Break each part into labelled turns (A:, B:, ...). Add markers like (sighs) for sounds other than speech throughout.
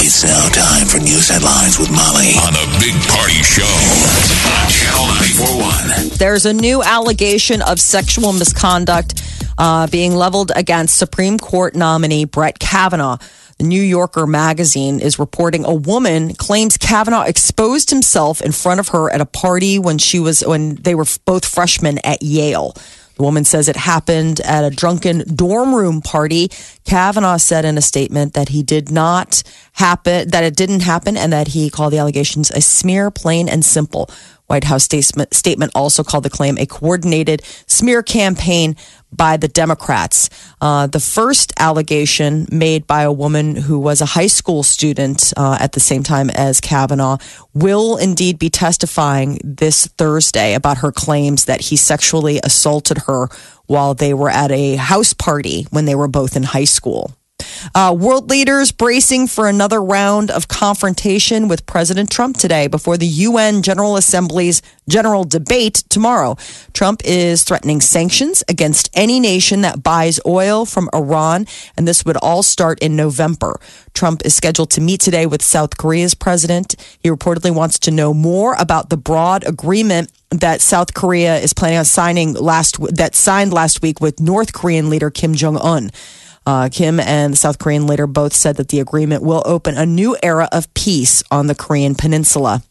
A: It's now time for news headlines with Molly on the Big Party Show on Channel 941.
B: There's a new allegation of sexual misconduct uh, being leveled against Supreme Court nominee Brett Kavanaugh. The New Yorker magazine is reporting a woman claims Kavanaugh exposed himself in front of her at a party when she was when they were both freshmen at Yale. The woman says it happened at a drunken dorm room party. Kavanaugh said in a statement that he did not happen, that it didn't happen, and that he called the allegations a smear, plain and simple. White House statement, statement also called the claim a coordinated smear campaign by the Democrats. Uh, the first allegation made by a woman who was a high school student uh, at the same time as Kavanaugh will indeed be testifying this Thursday about her claims that he sexually assaulted her while they were at a house party when they were both in high school. Uh, world leaders bracing for another round of confrontation with President Trump today before the UN General Assembly's general debate tomorrow. Trump is threatening sanctions against any nation that buys oil from Iran, and this would all start in November. Trump is scheduled to meet today with South Korea's president. He reportedly wants to know more about the broad agreement that South Korea is planning on signing last that signed last week with North Korean leader Kim Jong Un. Uh, Kim and the South Korean leader both said that the agreement will open a new era of peace on the Korean peninsula.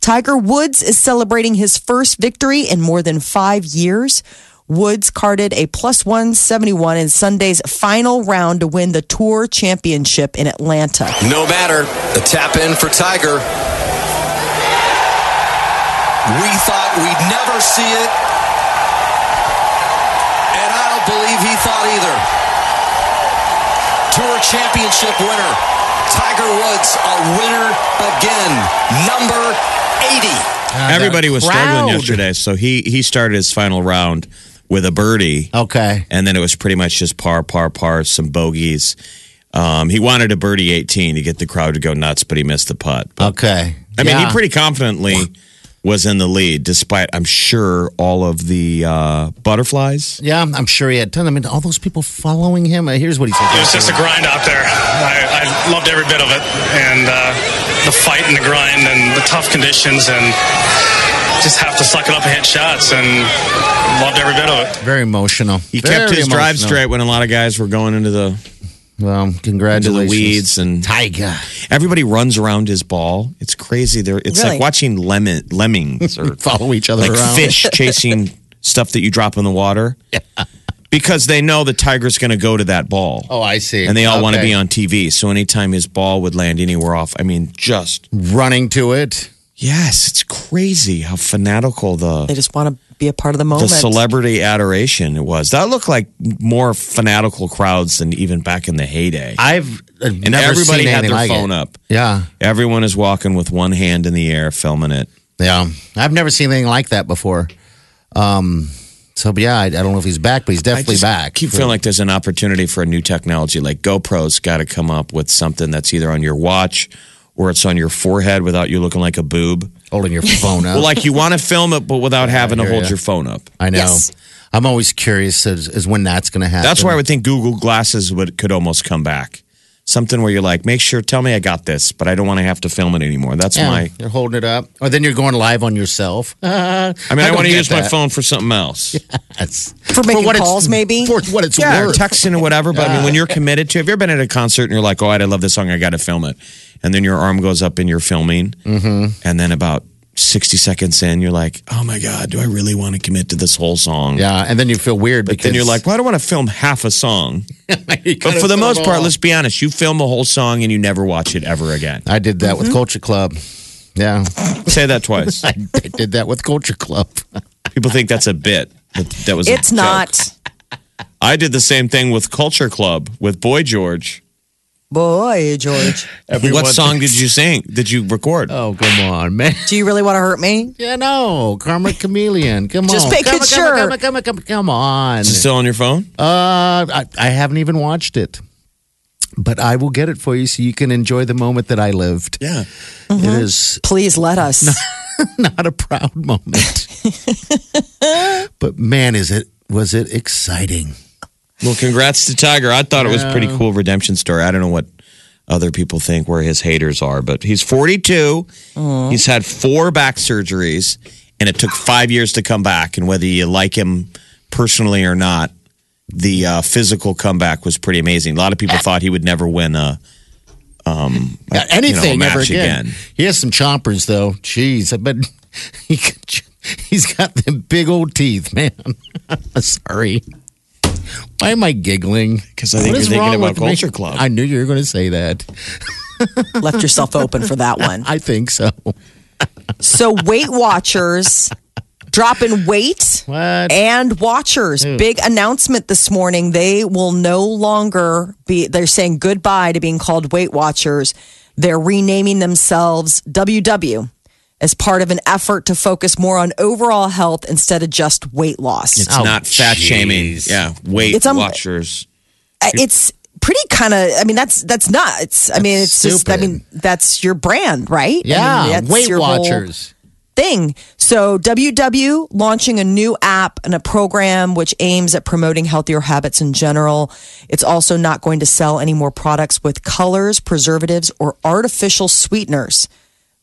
B: Tiger Woods is celebrating his first victory in more than five years. Woods carded a plus 171 in Sunday's final round to win the Tour Championship in Atlanta.
C: No matter. A tap in for Tiger. We thought we'd never see it. And I don't believe he thought either. Tour Championship winner, Tiger Woods, a winner again, number 80.
D: Uh,
E: Everybody was
D: Proud.
E: struggling yesterday, so he he started his final round with a birdie,
D: Okay.
E: and then it was pretty much just par, par, par, some bogeys. Um, he wanted a birdie 18 to get the crowd to go nuts, but he missed the putt. But,
D: Okay.
E: I mean,
D: Yeah.
E: he pretty confidently was in the lead, despite I'm sure all of the uh, butterflies.
D: Yeah, I'm sure he had ton. I mean, all those people following him. Uh, Here's what he said.
F: It was just a grind out there. I, I loved every bit of it, and uh, the fight and the grind and the tough conditions, and just have to suck it up and hit shots, and loved every bit of it.
D: Very emotional.
E: He kept
D: Very
E: his drive
D: emotional.
E: straight when a lot of guys were going into the
D: Well,
E: into the
D: congratulations.
E: weeds and
D: Tiger.
E: Everybody runs around his ball. It's crazy. There, it's
B: Really?
E: like watching lemon, lemmings or
D: Follow each other
E: like
D: around. (laughs)
E: fish chasing stuff that you drop in the water. Because they know the tiger's going to go to that ball.
D: Oh, I see.
E: And they all want to
D: Okay.
E: be on TV. So anytime his ball would land anywhere off, I mean, just
D: Running to it.
E: yes, it's crazy how fanatical the
B: They just want to be a part of the
E: the
B: moment.
E: celebrity adoration it was. That looked like more fanatical crowds than even back in the heyday.
D: I've uh,
E: and
D: never
E: everybody
D: seen
E: had
D: anything
E: their
D: like
E: phone
D: it.
E: up.
D: Yeah.
E: Everyone is walking with one hand in the air, filming it.
D: Yeah. I've never seen anything like that before. Um, so, but yeah, I, I don't know if he's back, but he's
E: I
D: definitely
E: just
D: back.
E: Keep feeling like there's an opportunity for a new technology. Like GoPro's got to come up with something that's either on your watch or it's on your forehead without you looking like a boob.
D: holding your phone
E: (laughs)
D: up.
E: Well, like you want to film it, but
D: (laughs)
E: without having to
D: Oh. hear
E: hold
D: ya.
E: your phone up.
D: I know.
B: Yes.
D: I'm always curious as, as when that's going to happen.
E: That's why I would think Google Glasses would could almost come back. Something where you're like, make sure, tell me I got this, but I don't want to have to film it anymore. That's
D: Yeah,
E: my.
D: you're holding it up, or then you're going live on yourself.
B: Uh,
E: I mean, I, want to use my
D: that.
E: phone for something else.
D: That's
B: For making calls,
D: it's,
B: maybe?
D: for what it's
E: yeah, or
D: worth.
E: texting or whatever. But I mean, when you're committed to, have you ever been at a concert and you're like, "Oh, I love this song, I got to film it," and then your arm goes up and you're filming, mm-hmm. and then about sixty seconds in, you're like, "Oh my god, do I really want to commit to this whole song?"
D: yeah, and then you feel weird because
E: Then you're like, "Well, I don't want to film half a song."
D: You
E: But
D: gotta
E: for the
D: film
E: most
D: it
E: part,
D: all.
E: let's be honest, you film a whole song and you never watch it ever again.
D: I did that
B: Mm-hmm.
D: with Culture Club. Yeah,
E: Say that
D: (laughs)
E: twice.
D: I did that with Culture Club. (laughs)
E: People think that's a bit. but That was. a
B: it's
E: joke.
B: not.
E: I did the same thing with Culture Club with Boy George.
B: boy, George.
E: What song did you sing? Did you record?
D: Oh, come on, man.
B: Do you really want to hurt me?
D: Yeah, no, Karma Chameleon. Come
B: Just
D: on,
B: making
D: come, on,
B: sure.
D: Come on, come on, come on, come on.
E: Is it still on your phone?
D: Uh, I, I haven't even watched it, but I will get it for you so you can enjoy the moment that I lived.
E: Yeah.
B: Mm-hmm.
D: It is
B: Please let us.
D: (laughs) not a
E: (laughs)
D: proud moment, but man, is it was it exciting?
E: Well, congrats to Tiger. I thought it was a pretty cool redemption story. I don't know what other people think where his haters are, but he's 42. He's had four back surgeries, and it took five years to come back. And whether you like him personally or not, the uh, physical comeback was pretty amazing. A lot of
B: Eh.
E: people thought he would never win uh, a. Um, a,
D: Yeah,
E: you know, a
D: anything ever
E: match
D: again. He has some chompers though. Jeez, I bet (laughs) he could, he's got them big old teeth, man. (laughs) Sorry. Why am I giggling?
E: 'Cause I think
D: What
E: you're
D: is
E: thinking
D: wrong
E: about
D: with me?
E: Culture Club.
D: I knew you were going to say that.
B: (laughs) Left yourself open for that one.
D: I think so.
B: So Weight Watchers dropping weight
D: What?
B: and watchers. Big announcement this morning. They will no longer be they're saying goodbye to being called Weight Watchers. They're renaming themselves WW as part of an effort to focus more on overall health instead of just weight loss.
E: It's not fat shaming.
D: jeez.
E: Yeah, weight
B: It's um, un-
E: watchers.
B: Uh, it's pretty kind of i mean that's that's nuts i mean it's just i
D: stupid.
B: mean that's your brand right I mean,
D: Yeah,
B: that's
D: Weight
B: your whole-
D: Watchers.
B: thing. So, WW launching a new app and a program which aims at promoting healthier habits in general. It's also not going to sell any more products with colors, preservatives, or artificial sweeteners.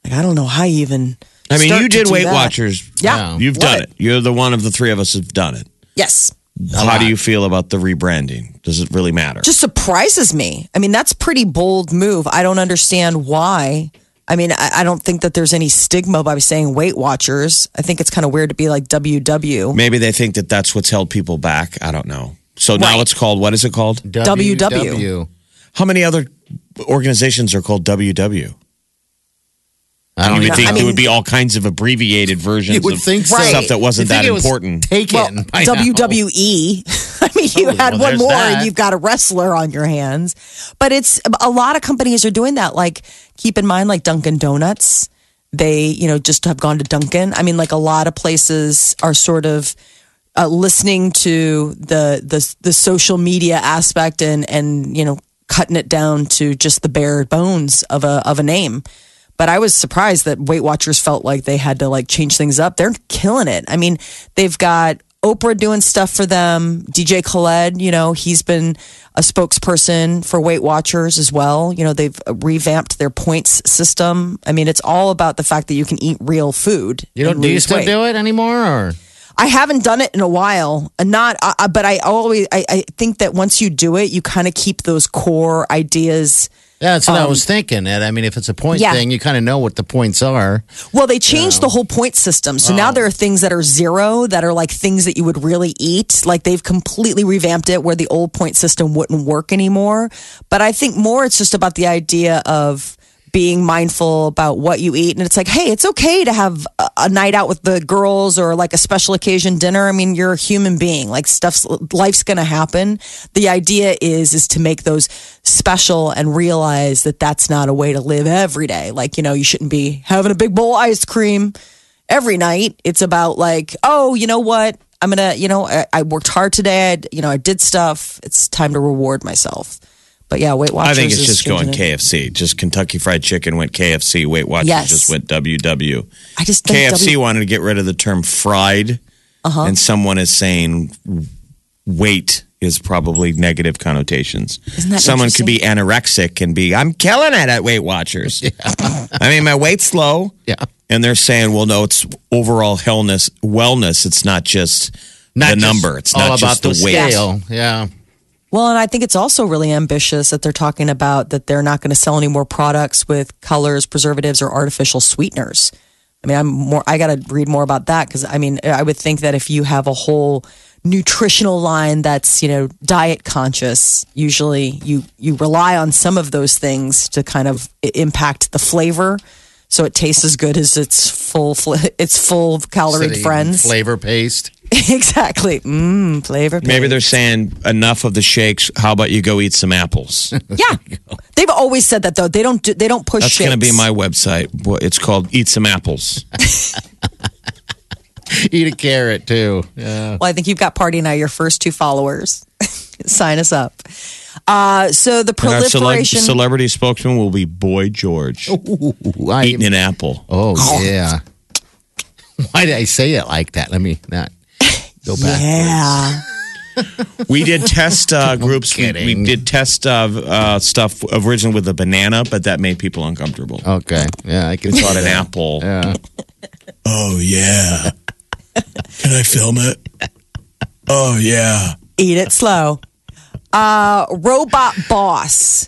B: Like, I don't know how you even.
E: I mean,
B: start
E: you
B: to
E: did
B: do
E: Weight
B: that.
E: Watchers.
B: Yeah.
E: You've done
B: Love
E: it. You're the one of the three of us who've done it.
B: Yes.
E: How do you feel about the rebranding? Does it really matter?
B: Just surprises me. I mean, that's pretty bold move. I don't understand why. I mean, I, I don't think that there's any stigma by saying Weight Watchers. I think it's kind of weird to be like WW.
E: Maybe they think that that's what's held people back. I don't know. So now it's called what is it called?
B: WW.
E: How many other organizations are called WW?
D: I don't
E: you
D: even
E: would think
B: I
E: there
B: mean-
E: would be all kinds of abbreviated versions
D: You would
E: of
D: think so.
E: stuff
B: Right.
E: that wasn't
D: You think
E: that
D: it was
E: important.
D: Taken. by now.
B: WWE. E, (laughs) I mean, you
D: Oh,
B: had one
D: well, there's
B: more
D: that.
B: and you've got a wrestler on your hands. But it's a lot of companies are doing that. Like, keep in mind, like Dunkin' Donuts, they, you know, just have gone to Dunkin'. I mean, like a lot of places are sort of. Uh, listening to the, the the social media aspect and and you know cutting it down to just the bare bones of a of a name, but I was surprised that Weight Watchers felt like they had to like change things up. They're killing it. I mean, they've got Oprah doing stuff for them. DJ Khaled, you know, he's been a spokesperson for Weight Watchers as well. You know, they've uh, revamped their points system. I mean, it's all about the fact that you can eat real food.
D: You don't,
B: and
D: do you
B: lose
D: still
B: weight.
D: do it anymore? Or?
B: I haven't done it in a while, and not. Uh, uh, but I always, I, I think that once you do it, you kind of keep those core ideas.
D: Yeah, that's what
E: Um,
D: I was thinking. And I mean, if it's a point
B: Yeah.
D: thing, you kind of know what the points are.
B: Well, they changed the whole point system. So now there are things that are zero that are like things that you would really eat. Like they've completely revamped it where the old point system wouldn't work anymore. But I think more it's just about the idea of being mindful about what you eat. And it's like, hey, it's okay to have a, a night out with the girls or like a special occasion dinner. I mean, you're a human being. Like stuff's life's going to happen. The idea is is to make those special and realize that that's not a way to live every day. Like, you know, you shouldn't be having a big bowl of ice cream every night. It's about like, oh, you know what? I'm going to, you know, I, I worked hard today. I, you know, I did stuff. It's time to reward myself. But yeah, Weight Watchers.
E: I think it's
B: is
E: just going
B: changing it.
E: KFC. Just Kentucky Fried Chicken went KFC. Weight Watchers
B: Yes.
E: just went WW.
B: I just think
E: KFC
B: W-
E: wanted to get rid of the term fried, and someone is saying weight is probably negative connotations.
B: Isn't that
E: someone could be anorexic and be, I'm killing it at Weight Watchers. I mean, my weight's low.
D: Yeah.
E: And they're saying, well, no, it's overall wellness. Wellness. It's not just the
D: just
E: number. It's
D: all
E: not
D: about
E: just the, weight.
D: scale. Yeah.
B: Well, and I think it's also really ambitious that they're talking about that they're not going to sell any more products with colors, preservatives, or artificial sweeteners. I mean, I'm more. I got to read more about that because I mean, I would think that if you have a whole nutritional line that's you know diet conscious, usually you you rely on some of those things to kind of i- impact the flavor, so it tastes as good as its full fl- its full
D: Instead
B: caloried
D: of eating
B: friends.
D: Flavor paste.
B: (laughs)
D: (laughs)
B: exactly. Mmm, flavor.
E: Maybe
B: paste.
E: they're saying enough of the shakes. How about you go eat some apples?
B: Yeah, they've always said that though. They don't do, they don't push.
E: That's going to be
B: shakes.
E: my website. Wha- It's called Eat Some Apples.
D: Eat a carrot too. Yeah.
B: Well, I think you've got party now. Your first two followers, (laughs) sign us up. Uh, so the
E: And our celeb-
B: proliferation.
E: celebrity spokesman will be Boy George
D: Ooh, I
E: eating an apple.
D: Oh yeah. (laughs) Why did I say it like that? Let me not go
B: (laughs)
D: back.
B: yeah,
E: We did test
D: (laughs)
E: uh, groups. We, we
D: kidding.
E: did test uh, uh, stuff originally with a banana, but that made people uncomfortable.
D: Okay. Oh, Yeah,
E: (laughs)
D: I can.
E: But an apple.
D: Yeah.
E: Oh yeah. Can I film it? Oh yeah.
B: eat it slow. Uh, robot boss.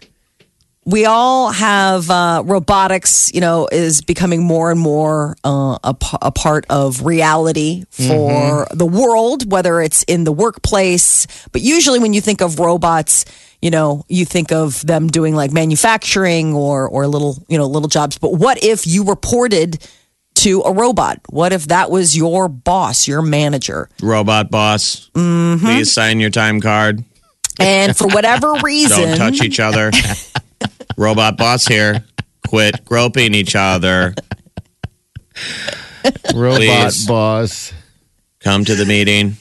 B: We all have uh, robotics. You know, is becoming more and more uh, a, p- a part of reality for
E: Mm-hmm.
B: the world, whether it's in the workplace. But usually, when you think of robots, you know, you think of them doing like manufacturing or or little you know little jobs. But what if you reported to a robot? What if that was your boss, your manager?
E: Robot boss.
D: Mm-hmm.
E: Please sign your time card.
B: And for whatever reason,
E: (laughs) Don't touch each
D: (laughs)
E: other. Robot boss here. Quit groping each other.
D: Robot
E: Please.
D: boss.
E: Come to the meeting.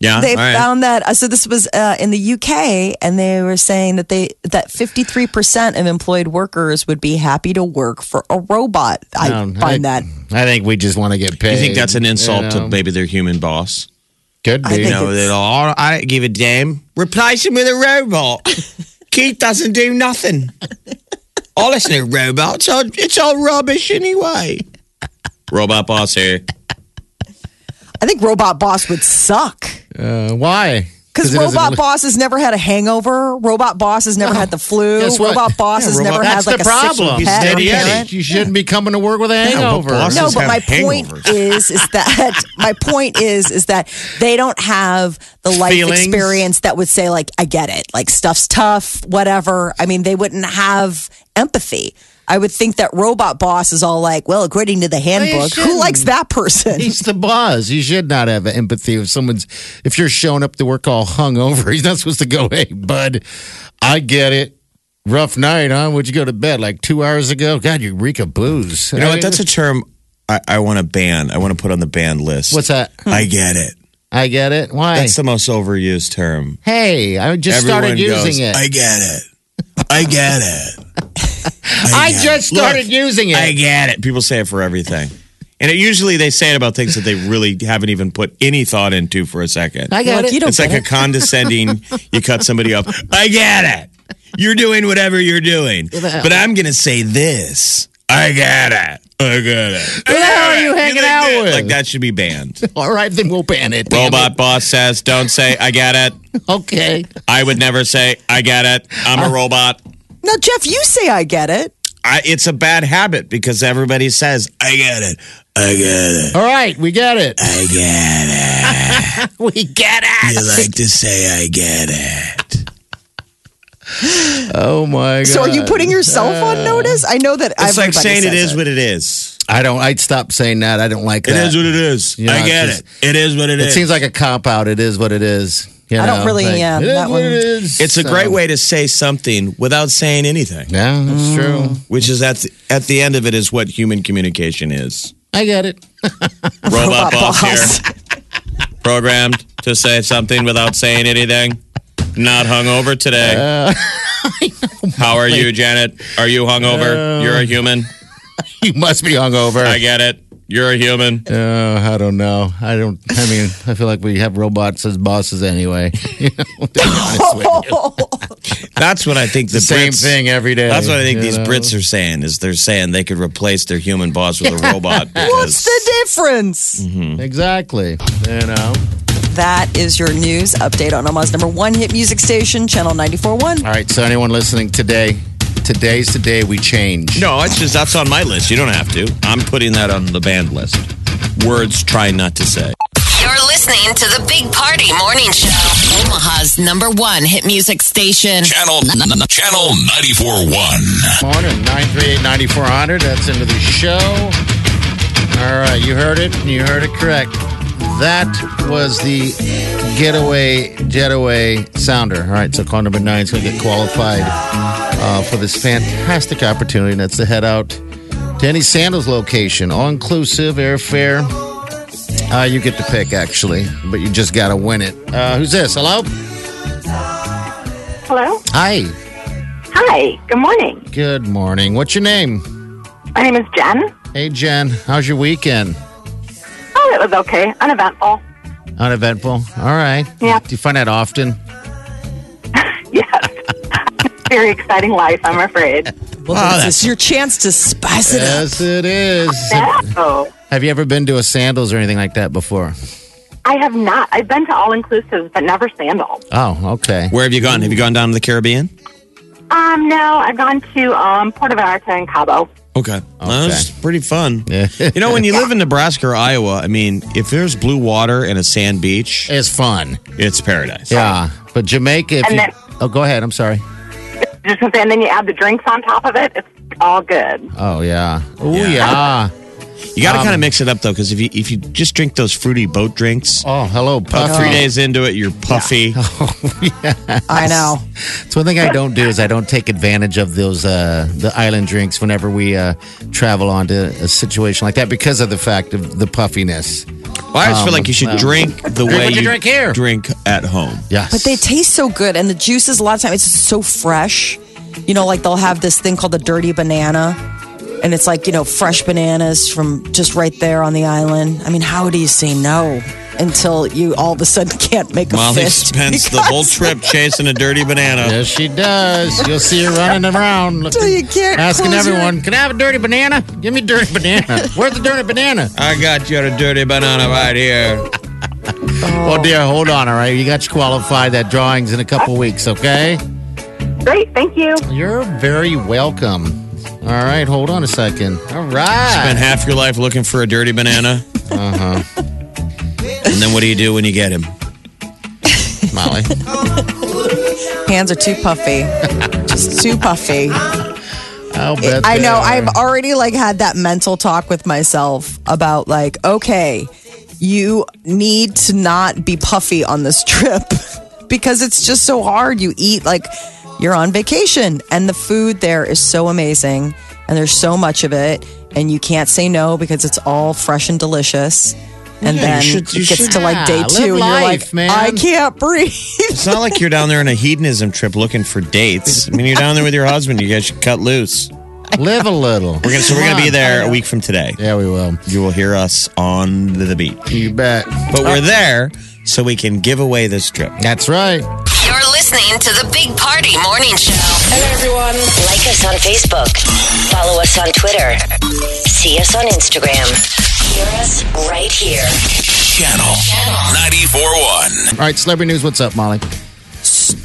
E: Yeah.
B: they
E: all right.
B: found that uh, so this was uh, in the UK and they were saying that they that 53% of employed workers would be happy to work for a robot. I
D: Um,
B: find
D: I-
B: that
D: I think we just want to get paid.
E: you think that's an insult
D: you
E: to
D: know?
E: maybe their human boss?
D: Could
B: I
D: be.
B: think-
E: No,
B: it's-
E: they'll all, I don't give a damn. Replace him with
B: (laughs)
E: a robot. Keith doesn't do nothing. I listen to robots. It's all, it's all rubbish anyway. Robot boss here.
B: I think robot boss would suck.
D: Uh, why?
B: Because
D: it doesn't
B: robot
D: look-
B: boss has never had a hangover. Robot boss has never had the flu.
D: Guess what?
B: Robot boss
E: Yeah,
B: has
E: robot-
B: never
D: That's
B: had like
D: the
B: a
D: problem.
B: sick
D: He's
B: pet or
E: steady
B: parent.
E: Eddie.
D: You shouldn't be coming to work with a hangover.
E: boss
B: No,
E: Just
B: but
E: have
B: my point
E: hangovers.
B: is, is
E: (laughs)
B: that my point is, is that they don't have the life
D: Feelings.
B: experience that would say, like, I get it, like stuff's tough, whatever. I mean, they wouldn't have empathy. I would think that robot boss is all like, well, according to the handbook, who
D: shouldn't.
B: likes that person?
D: He's the boss. You should not have empathy if someone's if you're showing up to work all hungover. (laughs) He's not supposed to go, "Hey, bud, I get it. Rough night, huh? Would you go to bed like two hours ago? God, you reek of booze."
E: You know what? That's a term I, I want to ban. I want to put on the ban list.
D: what's that?
E: I get it.
D: I get it. Why?
E: That's the most overused term.
D: hey, I just started
E: Everyone
D: using
E: goes,
D: it. I,
E: get it. I get it. get
D: just
E: it. Look,
D: started using it.
E: I get it. People say it for everything. And it usually they say it about things that they really haven't even put any thought into for a second.
D: I got
B: Look,
D: it.
B: you don't
E: it's like a
B: get
D: (laughs)
E: condescending, you cut somebody off. I get it. You're doing whatever you're doing. But I'm going to say this. I get it. I get it. Who
D: the hell are you hanging out with?
E: Like that should be
D: (laughs)
E: banned.
D: all right, then we'll ban it. damn
E: Robot boss says, don't say, I get it.
D: it. Okay.
E: I would never say, I get it.
D: Uh.
E: I'm a robot.
B: now, Jeff, you say I get it.
E: I, it's a bad habit because everybody says, I get it. I get it.
D: All right, we get it.
E: I get it.
D: We get it.
E: You like to say, I get it.
D: Oh my god.
B: So, are you putting yourself on notice? I know that
E: It's like saying it is
B: it.
E: what it is.
D: I don't I'd stop saying that. I don't like
E: It
D: that.
E: is what it is.
D: Yeah,
E: I get
D: it's
E: it. It is what
D: It seems like a cop out. It is what it is. You
B: I don't
D: know,
B: really,
D: like,
B: yeah,
D: It is
B: that
D: what
B: one-
D: it is.
E: it's a great
D: So-
E: way to say something without saying anything,
D: Yeah, that's true.
B: Mm.
E: which is at the, at the end of it is what human communication
D: (laughs)
E: is.
D: I get it.
E: Robot,
B: Robot
E: boss,
B: boss.
E: here, programmed to say something without saying anything. Not hungover today.
D: Uh, (laughs)
E: How are you, Janet? Are you
D: Uh,
E: hungover? You're a human.
D: You must be hungover.
E: I get it. You're a human.
D: Uh, I don't know. I don't. I mean, I feel like we have robots as bosses anyway. (laughs) You know, to be
B: (laughs)
D: honest with you.
B: Oh,
E: That's what I think. The,
D: Same
E: Brits-
D: thing every day.
E: That's what I think
D: you
E: these
D: know?
E: Brits are saying. Is they're saying they could replace their human boss
D: (laughs)
E: with a robot.
B: What's the difference?
E: Mm-hmm.
D: Exactly. You know.
B: That is your news update on Omaha's number one hit music station, Channel 94.1.
D: All right. So anyone listening today, today's the day we change.
E: No, it's just that's on my list. You don't have to. I'm putting that on the band list. Words try not to say.
G: You're listening to the Big Party Morning Show. Omaha's number one hit music station.
A: Channel Channel 94.1.
D: Morning, 938-9400. That's into the show. All right, you heard it. You heard it correct. that was the getaway, jetaway sounder. All right, so car number nine is going to get qualified uh, for this fantastic opportunity, and that's to head out to any Sandals location, all inclusive airfare. Uh, you get to pick, actually, but you just got to win it. Uh, who's this? Hello?
H: Hello.
D: Hi.
H: Hi. Good morning.
D: Good morning. What's your name?
H: My name is Jen.
D: Hey, Jen. How's your weekend?
H: Oh, it was okay. oh, Uneventful.
D: Uneventful. All right.
H: Yeah.
D: Do you find that often?
H: (laughs) Yes. Very exciting life, I'm afraid.
B: Well, this is your chance to spice it up.
D: Yes, it is.
H: Oh,
D: Have you ever been to a sandals or anything like that before?
H: I have not. I've been to all inclusives, but never sandals.
D: Oh, okay.
E: Where have you gone? Have you gone down to the Caribbean?
H: Um, no, I've gone to um, Puerto Vallarta and Cabo.
E: Oh, Okay. Well, that's pretty fun.
D: Yeah.
E: you know, when (laughs) you live in Nebraska or Iowa, I mean, if there's blue water and a sand beach,
D: It's fun.
E: it's paradise.
D: Yeah. But Jamaica, if
H: And
D: you.
H: then-
D: oh, go ahead. I'm sorry.
H: Just gonna say, and then you add the drinks on top of it. It's all good.
D: Oh, yeah. Oh,
E: Yeah.
D: yeah.
E: You got to kind of mix it up though, because if you if you just drink those fruity boat drinks,
D: Oh, hello, Puffy.
E: about three days into it, you're (laughs) puffy.
B: I know.
D: It's one thing I don't do is I don't take advantage of those uh, the island drinks whenever we uh, travel onto a situation like that because of the fact of the puffiness.
E: Well, I always feel like you should Um, drink the way
D: what you
E: you
D: drink here.
E: drink at home.
D: Yes.
B: But they taste so good, and the juices a lot of times it's so fresh. You know, like they'll have this thing called the dirty banana, and it's like you know fresh bananas from just right there on the island. I mean, how do you say no until you all of a sudden can't make a
E: Molly
B: fist? (laughs)
E: spends the whole (laughs) trip chasing a dirty banana.
D: Yes, she does. You'll see her running
B: (laughs)
D: around, looking,
B: you can't
D: asking
B: close your-
D: everyone, "Can I have a dirty banana? Give me a dirty banana.
B: (laughs)
D: Where's the dirty banana?"
E: I got you a dirty banana right here.
D: Oh dear, hold on. All right, you got you qualified. That drawing's in a couple weeks. Okay,
H: Great. Thank you.
D: you're very welcome. All right, hold on a second. All
E: Spend
D: right,
E: half your life looking for a dirty banana. Uh huh. And then what do you do when you get him?
D: Molly.
B: Hands are too
D: (laughs)
B: puffy, just too puffy.
D: I'll bet
B: I
D: they
B: know.
D: are.
B: I've already like had that mental talk with myself about like, okay, you need to not be puffy on this trip (laughs) because it's just so hard. You eat like you're on vacation, and the food there is so amazing, and there's so much of it, and you can't say no because it's all fresh and delicious. And
D: Yeah,
B: then
D: you should- you
B: it gets
D: should-
B: to like day
D: Yeah,
B: two, and
D: live
B: you're
D: life,
B: like,
D: man.
B: I can't (laughs) breathe.
E: It's not like you're down there on a hedonism trip looking for dates. I mean, you're down there with your husband. You guys should cut loose.
D: (laughs) live a little.
E: We're gonna, so we're going to be there a week from today.
D: Yeah, we will.
E: You will hear us on the beach.
D: You bet.
E: But we're there so we can give away this trip.
D: That's right.
G: You're listening to the Big Party Morning Show. Hello, everyone.
I: Like us on Facebook. Follow us on Twitter. See us on Instagram. Hear us right here.
A: Channel 94.1.
D: All right, celebrity news. What's up, Molly?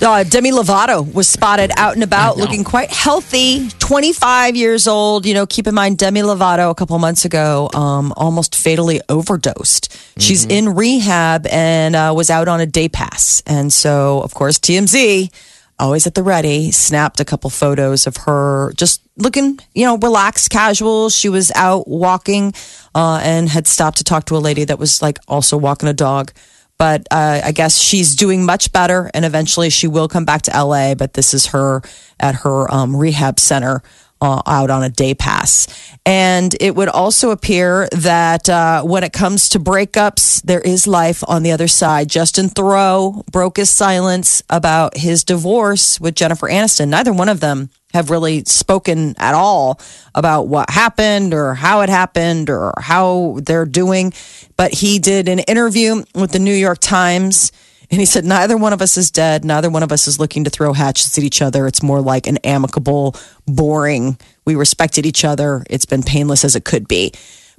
B: uh, Demi Lovato was spotted out and about looking quite healthy, 25 years old. You know, keep in mind, Demi Lovato a couple months ago um, almost fatally overdosed. She's in rehab and uh, was out on a day pass. And so, of course, TMZ, always at the ready, snapped a couple photos of her just looking, you know, relaxed, casual. She was out walking uh, and had stopped to talk to a lady that was like also walking a dog but uh, I guess she's doing much better, and eventually she will come back to LA. But this is her at her um, rehab center. Uh, out on a day pass. And it would also appear that uh, when it comes to breakups, there is life on the other side. Justin Thoreau broke his silence about his divorce with Jennifer Aniston. Neither one of them have really spoken at all about what happened or how it happened or how they're doing. But he did an interview with the New York Times and he said, Neither one of us is dead. Neither one of us is looking to throw hatchets at each other. It's more like an amicable, boring, we respected each other. It's been painless as it could be.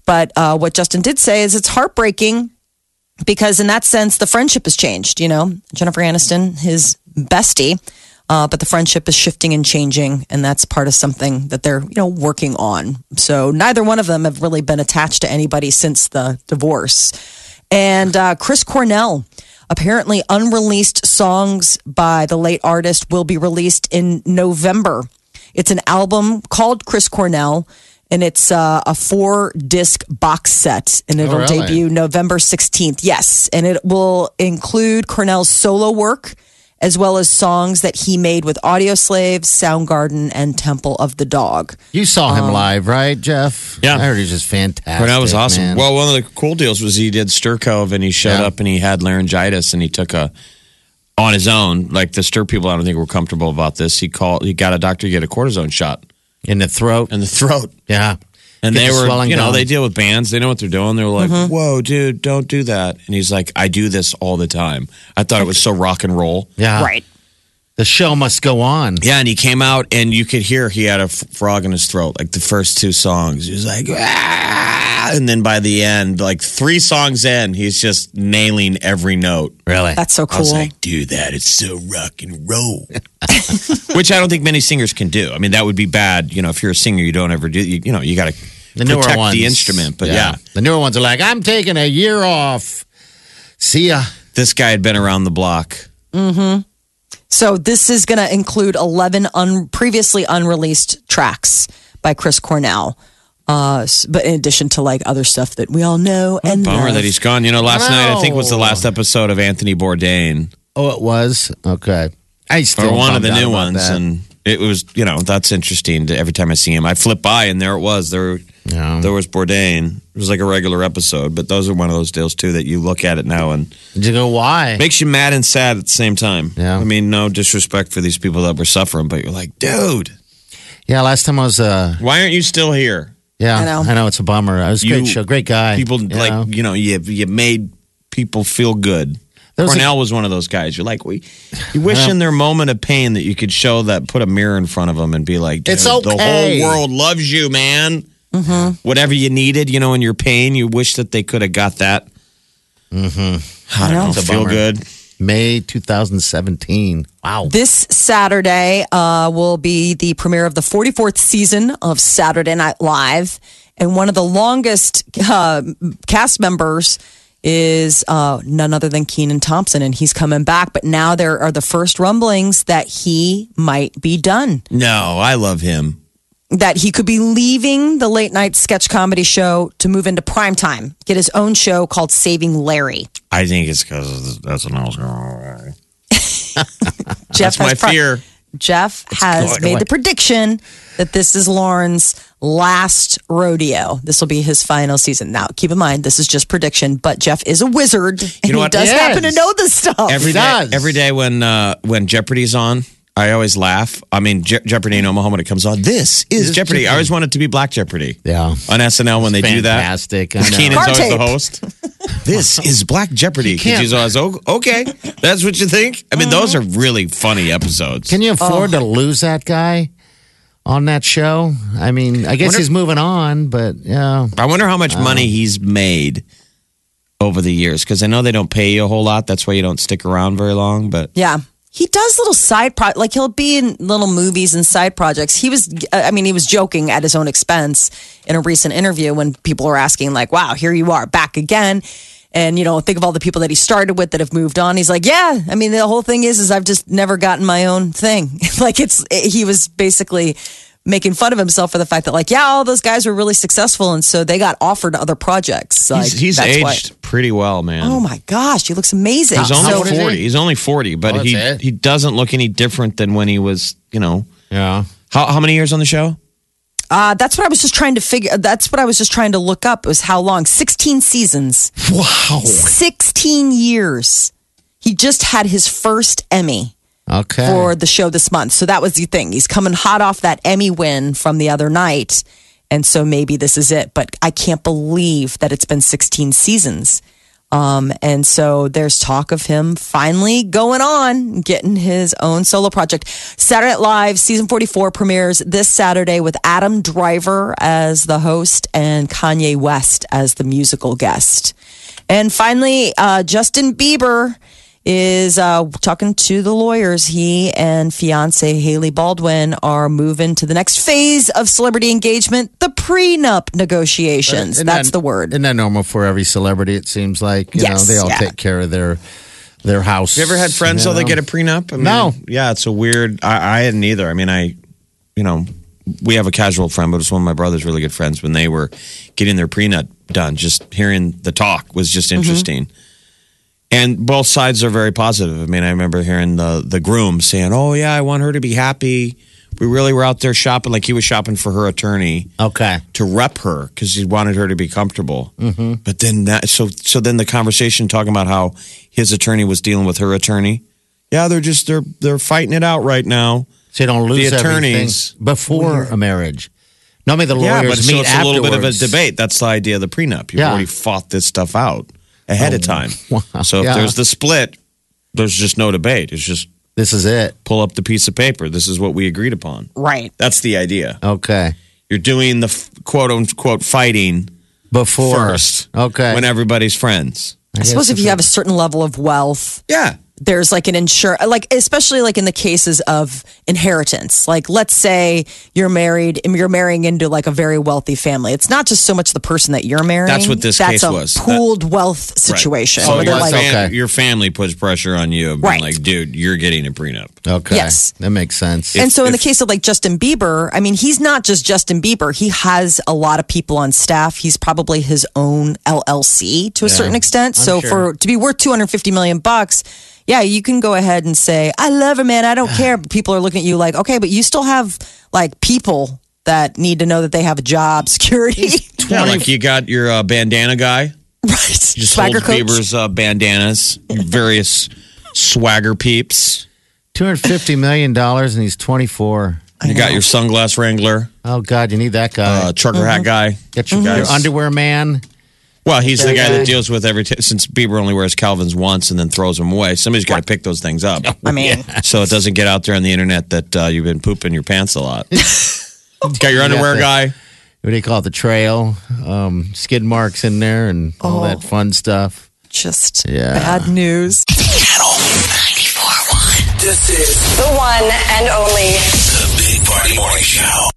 B: But uh, what Justin did say is it's heartbreaking because in that sense the friendship has changed you know jennifer aniston his bestie uh, but the friendship is shifting and changing and that's part of something that they're you know working on so neither one of them have really been attached to anybody since the divorce and uh, chris cornell apparently unreleased songs by the late artist will be released in november it's an album called Chris Cornell, and it's uh, a four disc box set, and
E: Oh,
B: it'll
D: really?
B: debut November 16th. Yes, and it will include Cornell's solo work as well as songs that he made with Audio Slave, Soundgarden, and Temple of the Dog.
D: You saw him live, right, Jeff?
E: Um, yeah.
D: I heard he's just fantastic.
E: Cornell was awesome.
D: man.
E: Well, one of the cool deals was he did stir cove and he showed
D: Yeah.
E: up and he had laryngitis and he took a on his own. Like the stir people, I don't think were comfortable about this. He called. He got a doctor to get a cortisone shot
D: in the throat.
E: in the (laughs) throat,
D: Yeah.
E: and
D: Get
E: they
D: the
E: were,
D: swelling
E: you know,
D: down. Mm-hmm.
E: they deal with bands. They know what they're doing. They were like, "Whoa, dude, don't do that." And he's like, "I do this all the time." I thought it was so rock and roll.
D: Yeah.
B: Right.
D: The show must go on.
E: Yeah, and he came out, and you could hear he had a f- frog in his throat. Like the first two songs, he was like, "Ah," and then by the end, like three songs in, he's just nailing every note.
D: Really?
B: That's so
E: I was
B: cool.
E: like, "Do that! It's so rock and roll," (laughs) which I don't think many singers can do. I mean, that would be bad. You know, if you're a singer, you don't ever do. You, you know, you got to
D: the newer
E: protect
D: ones.
E: the instrument. But yeah.
D: The newer ones are like, I'm taking a year off. See ya.
E: this guy had been around the block.
B: So this is going to include 11 un- previously unreleased tracks by Chris Cornell. Uh, s- but in addition to like other stuff that we all know and
E: Bummer
B: love.
E: that he's gone. You know, last night I think was the last episode of Anthony Bourdain.
D: Oh, it was? Okay. I still
E: or one of
D: bummed
E: the
D: out
E: new
D: about
E: ones,
D: that.
E: and it was you know that's interesting. To, every time I see him, I flip by and there it was. There,
D: Yeah.
E: there was Bourdain. It was like a regular episode, but those are one of those deals too that you look at it now and
D: Did you go, why?
E: makes you mad and sad at the same time.
D: Yeah.
E: I mean, no disrespect for these people that were suffering, but you're like, dude,
D: Yeah, last time I was, uh,
E: why aren't you still here?
D: yeah, I
B: I
D: know,
B: know.
D: it's a bummer. It was a great
E: You-
D: show, great guy.
E: People
D: you
E: like
D: know?
E: you know you you made people feel good.
D: There was a-
E: Cornell was one of those guys. You're like, we, you wish in their moment of pain that you could show that, put a mirror in front of them and be like, dude,
D: It's
E: the
D: okay. Mm-hmm.
E: whole world loves you, man. Whatever you needed, you know, in your pain, you wish that they could have got that. Mm-hmm. I don't know,
D: It's a
E: feel
D: bummer.
E: good.
D: May 2017. Wow.
B: This Saturday uh, will be the premiere of the 44th season of Saturday Night Live. And one of the longest uh, cast members is uh, none other than Keenan Thompson. And he's coming back. But now there are the first rumblings that he might be done,
E: No, I love him.
B: that he could be leaving the late night sketch comedy show to move into primetime, get his own show called Saving Larry.
E: I think it's because that's what I was going
B: Jeff
E: That's my
B: has pro-
E: fear.
B: Jeff has made the prediction that this is Lauren's last rodeo. This will be his final season. Now, keep in mind, this is just prediction, but Jeff is a wizard. And
E: You know
B: he
E: what?
B: does
E: He
B: happen to
D: is.
B: know this stuff.
E: Every
D: Oh,
E: day,
D: He does.
E: every day when uh, when Jeopardy's on, I always laugh. I mean, Je- Jeopardy in Omaha when it comes on. This is Jeopardy.
D: is Jeopardy.
E: I always want it to be Black Jeopardy.
D: Yeah.
E: on SNL when they do that.
D: Fantastic. I know.
E: Keenan's
B: Car
E: always the
B: tape.
D: (laughs)
E: host. this is Black Jeopardy. 'cause
D: can't- Uh-huh.
E: He's always "Oh, okay. That's what you think. I mean, those are really funny episodes.
D: Can you afford
B: Oh.
D: to lose that guy on that show? I mean, I guess
E: Wonder-
D: he's moving on, but yeah.
E: I wonder how much money
D: Uh-huh.
E: he's made over the years because I know they don't pay you a whole lot. That's why you don't stick around very long. But
B: Yeah. He does little side pro like he'll be in little movies and side projects. He was uh, I mean he was joking at his own expense in a recent interview when people were asking like, "Wow, here you are back again." And you know, think of all the people that he started with that have moved on. He's like, "Yeah, I mean the whole thing is is I've just never gotten my own thing." (laughs) like it's he was basically making fun of himself for the fact that like, yeah, all those guys were really successful and so they got offered other projects. Like
E: he's, he's
B: that's
E: aged
B: why-
E: pretty well, man.
B: Oh my gosh, he looks amazing.
E: He's only
D: How old is he?
E: forty. He's only forty, but
D: Oh, that's
E: he
D: it?
E: he doesn't look any different than when he was. You know,
D: Yeah.
E: how how many years on the show?
B: Uh, that's what I was just trying to figure. uh, That's what I was just trying to look up. Was how long? Sixteen seasons.
D: Wow.
B: Sixteen years. He just had his first Emmy
D: Okay.
B: for the show this month. So that was the thing. He's coming hot off that Emmy win from the other night, and so maybe this is it. But I can't believe that it's been sixteen seasons. Um, and so there's talk of him finally going on, getting his own solo project. Saturday Night Live season 44 premieres this Saturday with Adam Driver as the host and Kanye West as the musical guest. And finally, uh, Justin Bieber is uh, talking to the lawyers. He and fiance Haley Baldwin are moving to the next phase of celebrity engagement, the prenup negotiations.
D: Isn't
B: That's
D: that-
B: the word.
D: Isn't that normal for every celebrity? It seems like you
B: Yes,
D: know they all
B: yeah.
D: take care of their their house.
E: You ever had friends
D: you
E: though they
D: know?
E: get a prenup? I mean,
D: No.
E: Yeah, it's a weird. I, I hadn't either. I mean, I, you know, we have a casual friend, but it's one of my brother's really good friends. When they were getting their prenut done, just hearing the talk was just interesting. And both sides are very positive. I mean, I remember hearing the the groom saying, "Oh yeah, I want her to be happy." We really were out there shopping, like he was shopping for her attorney
D: Okay.
E: to rep her because he wanted her to be comfortable. Mm-hmm. But then that, so so then the conversation talking about how his attorney was dealing with her attorney. Yeah, they're just they're they're fighting it out right now.
D: So you don't lose
E: attorneys-
D: everything before a marriage. No, I mean the lawyers
E: yeah, but
D: meet
E: so it's a little bit of a
D: afterwards.
E: debate. That's the idea of the prenup. You've
D: Yeah. Oh,
E: already fought this stuff out ahead of
D: (laughs)
E: time. So if
D: Yeah.
E: there's the split, there's just no debate. It's just
D: This is it.
E: pull up the piece of paper. This is what we agreed upon.
B: Right.
E: That's the idea.
D: Okay.
E: You're doing the f- quote unquote fighting
D: Before.
E: first.
D: Okay.
E: When everybody's friends.
B: I suppose if you have a certain level of wealth,
E: Yeah.
B: there's like an insure like especially like in the cases of inheritance like let's say you're married you're marrying into like a very wealthy family it's not just so much the person that you're marrying
E: That's what this
B: that's
E: case
B: a
E: was. That-
B: pooled wealth situation
E: So
B: where they're
E: your,
B: like
E: fam-
D: Okay.
E: your family puts pressure on you, being
B: Right.
E: like, dude, you're getting a prenup.
D: Okay.
B: Yes.
D: That makes sense.
B: and so in the case of like Justin Bieber, I mean, he's not just Justin Bieber. He has a lot of people on staff. He's probably his own LLC to a certain extent. so for to be worth 250 million bucks, yeah, you can go ahead and say, "I love her, man. I don't
E: (sighs)
B: care." But people are looking at you like, "Okay, but you still have like people that need to know that they have a job, (laughs) security."
E: Yeah, like you got your uh, bandana guy.
B: right.
E: just
B: Swagger
E: holds
B: coach.
E: Bieber's uh, bandanas, various swagger peeps.
D: Two hundred fifty million dollars, and he's twenty four.
E: You got your sunglass wrangler,
D: Oh God, you need that guy.
E: uh, trucker hat
B: Mm-hmm.
E: guy.
D: Get your, your
E: guys.
D: underwear man.
E: Well, he's the guy
B: good.
E: that deals with every t- since Bieber only wears Calvin's once and then throws them away. Somebody's got to pick those things up,
B: I
E: (laughs)
B: mean,
E: so it doesn't get out there on the internet that uh, you've been pooping your pants a
B: (laughs)
E: lot. got your underwear
D: the-
E: guy.
D: What do you call it? The trail, um, skid marks in there, and all
B: Oh.
D: that fun stuff.
B: just
D: Yeah.
B: bad news.
A: Channel
I: 941.
A: This is
I: The one and only
A: the Big Party Morning Show.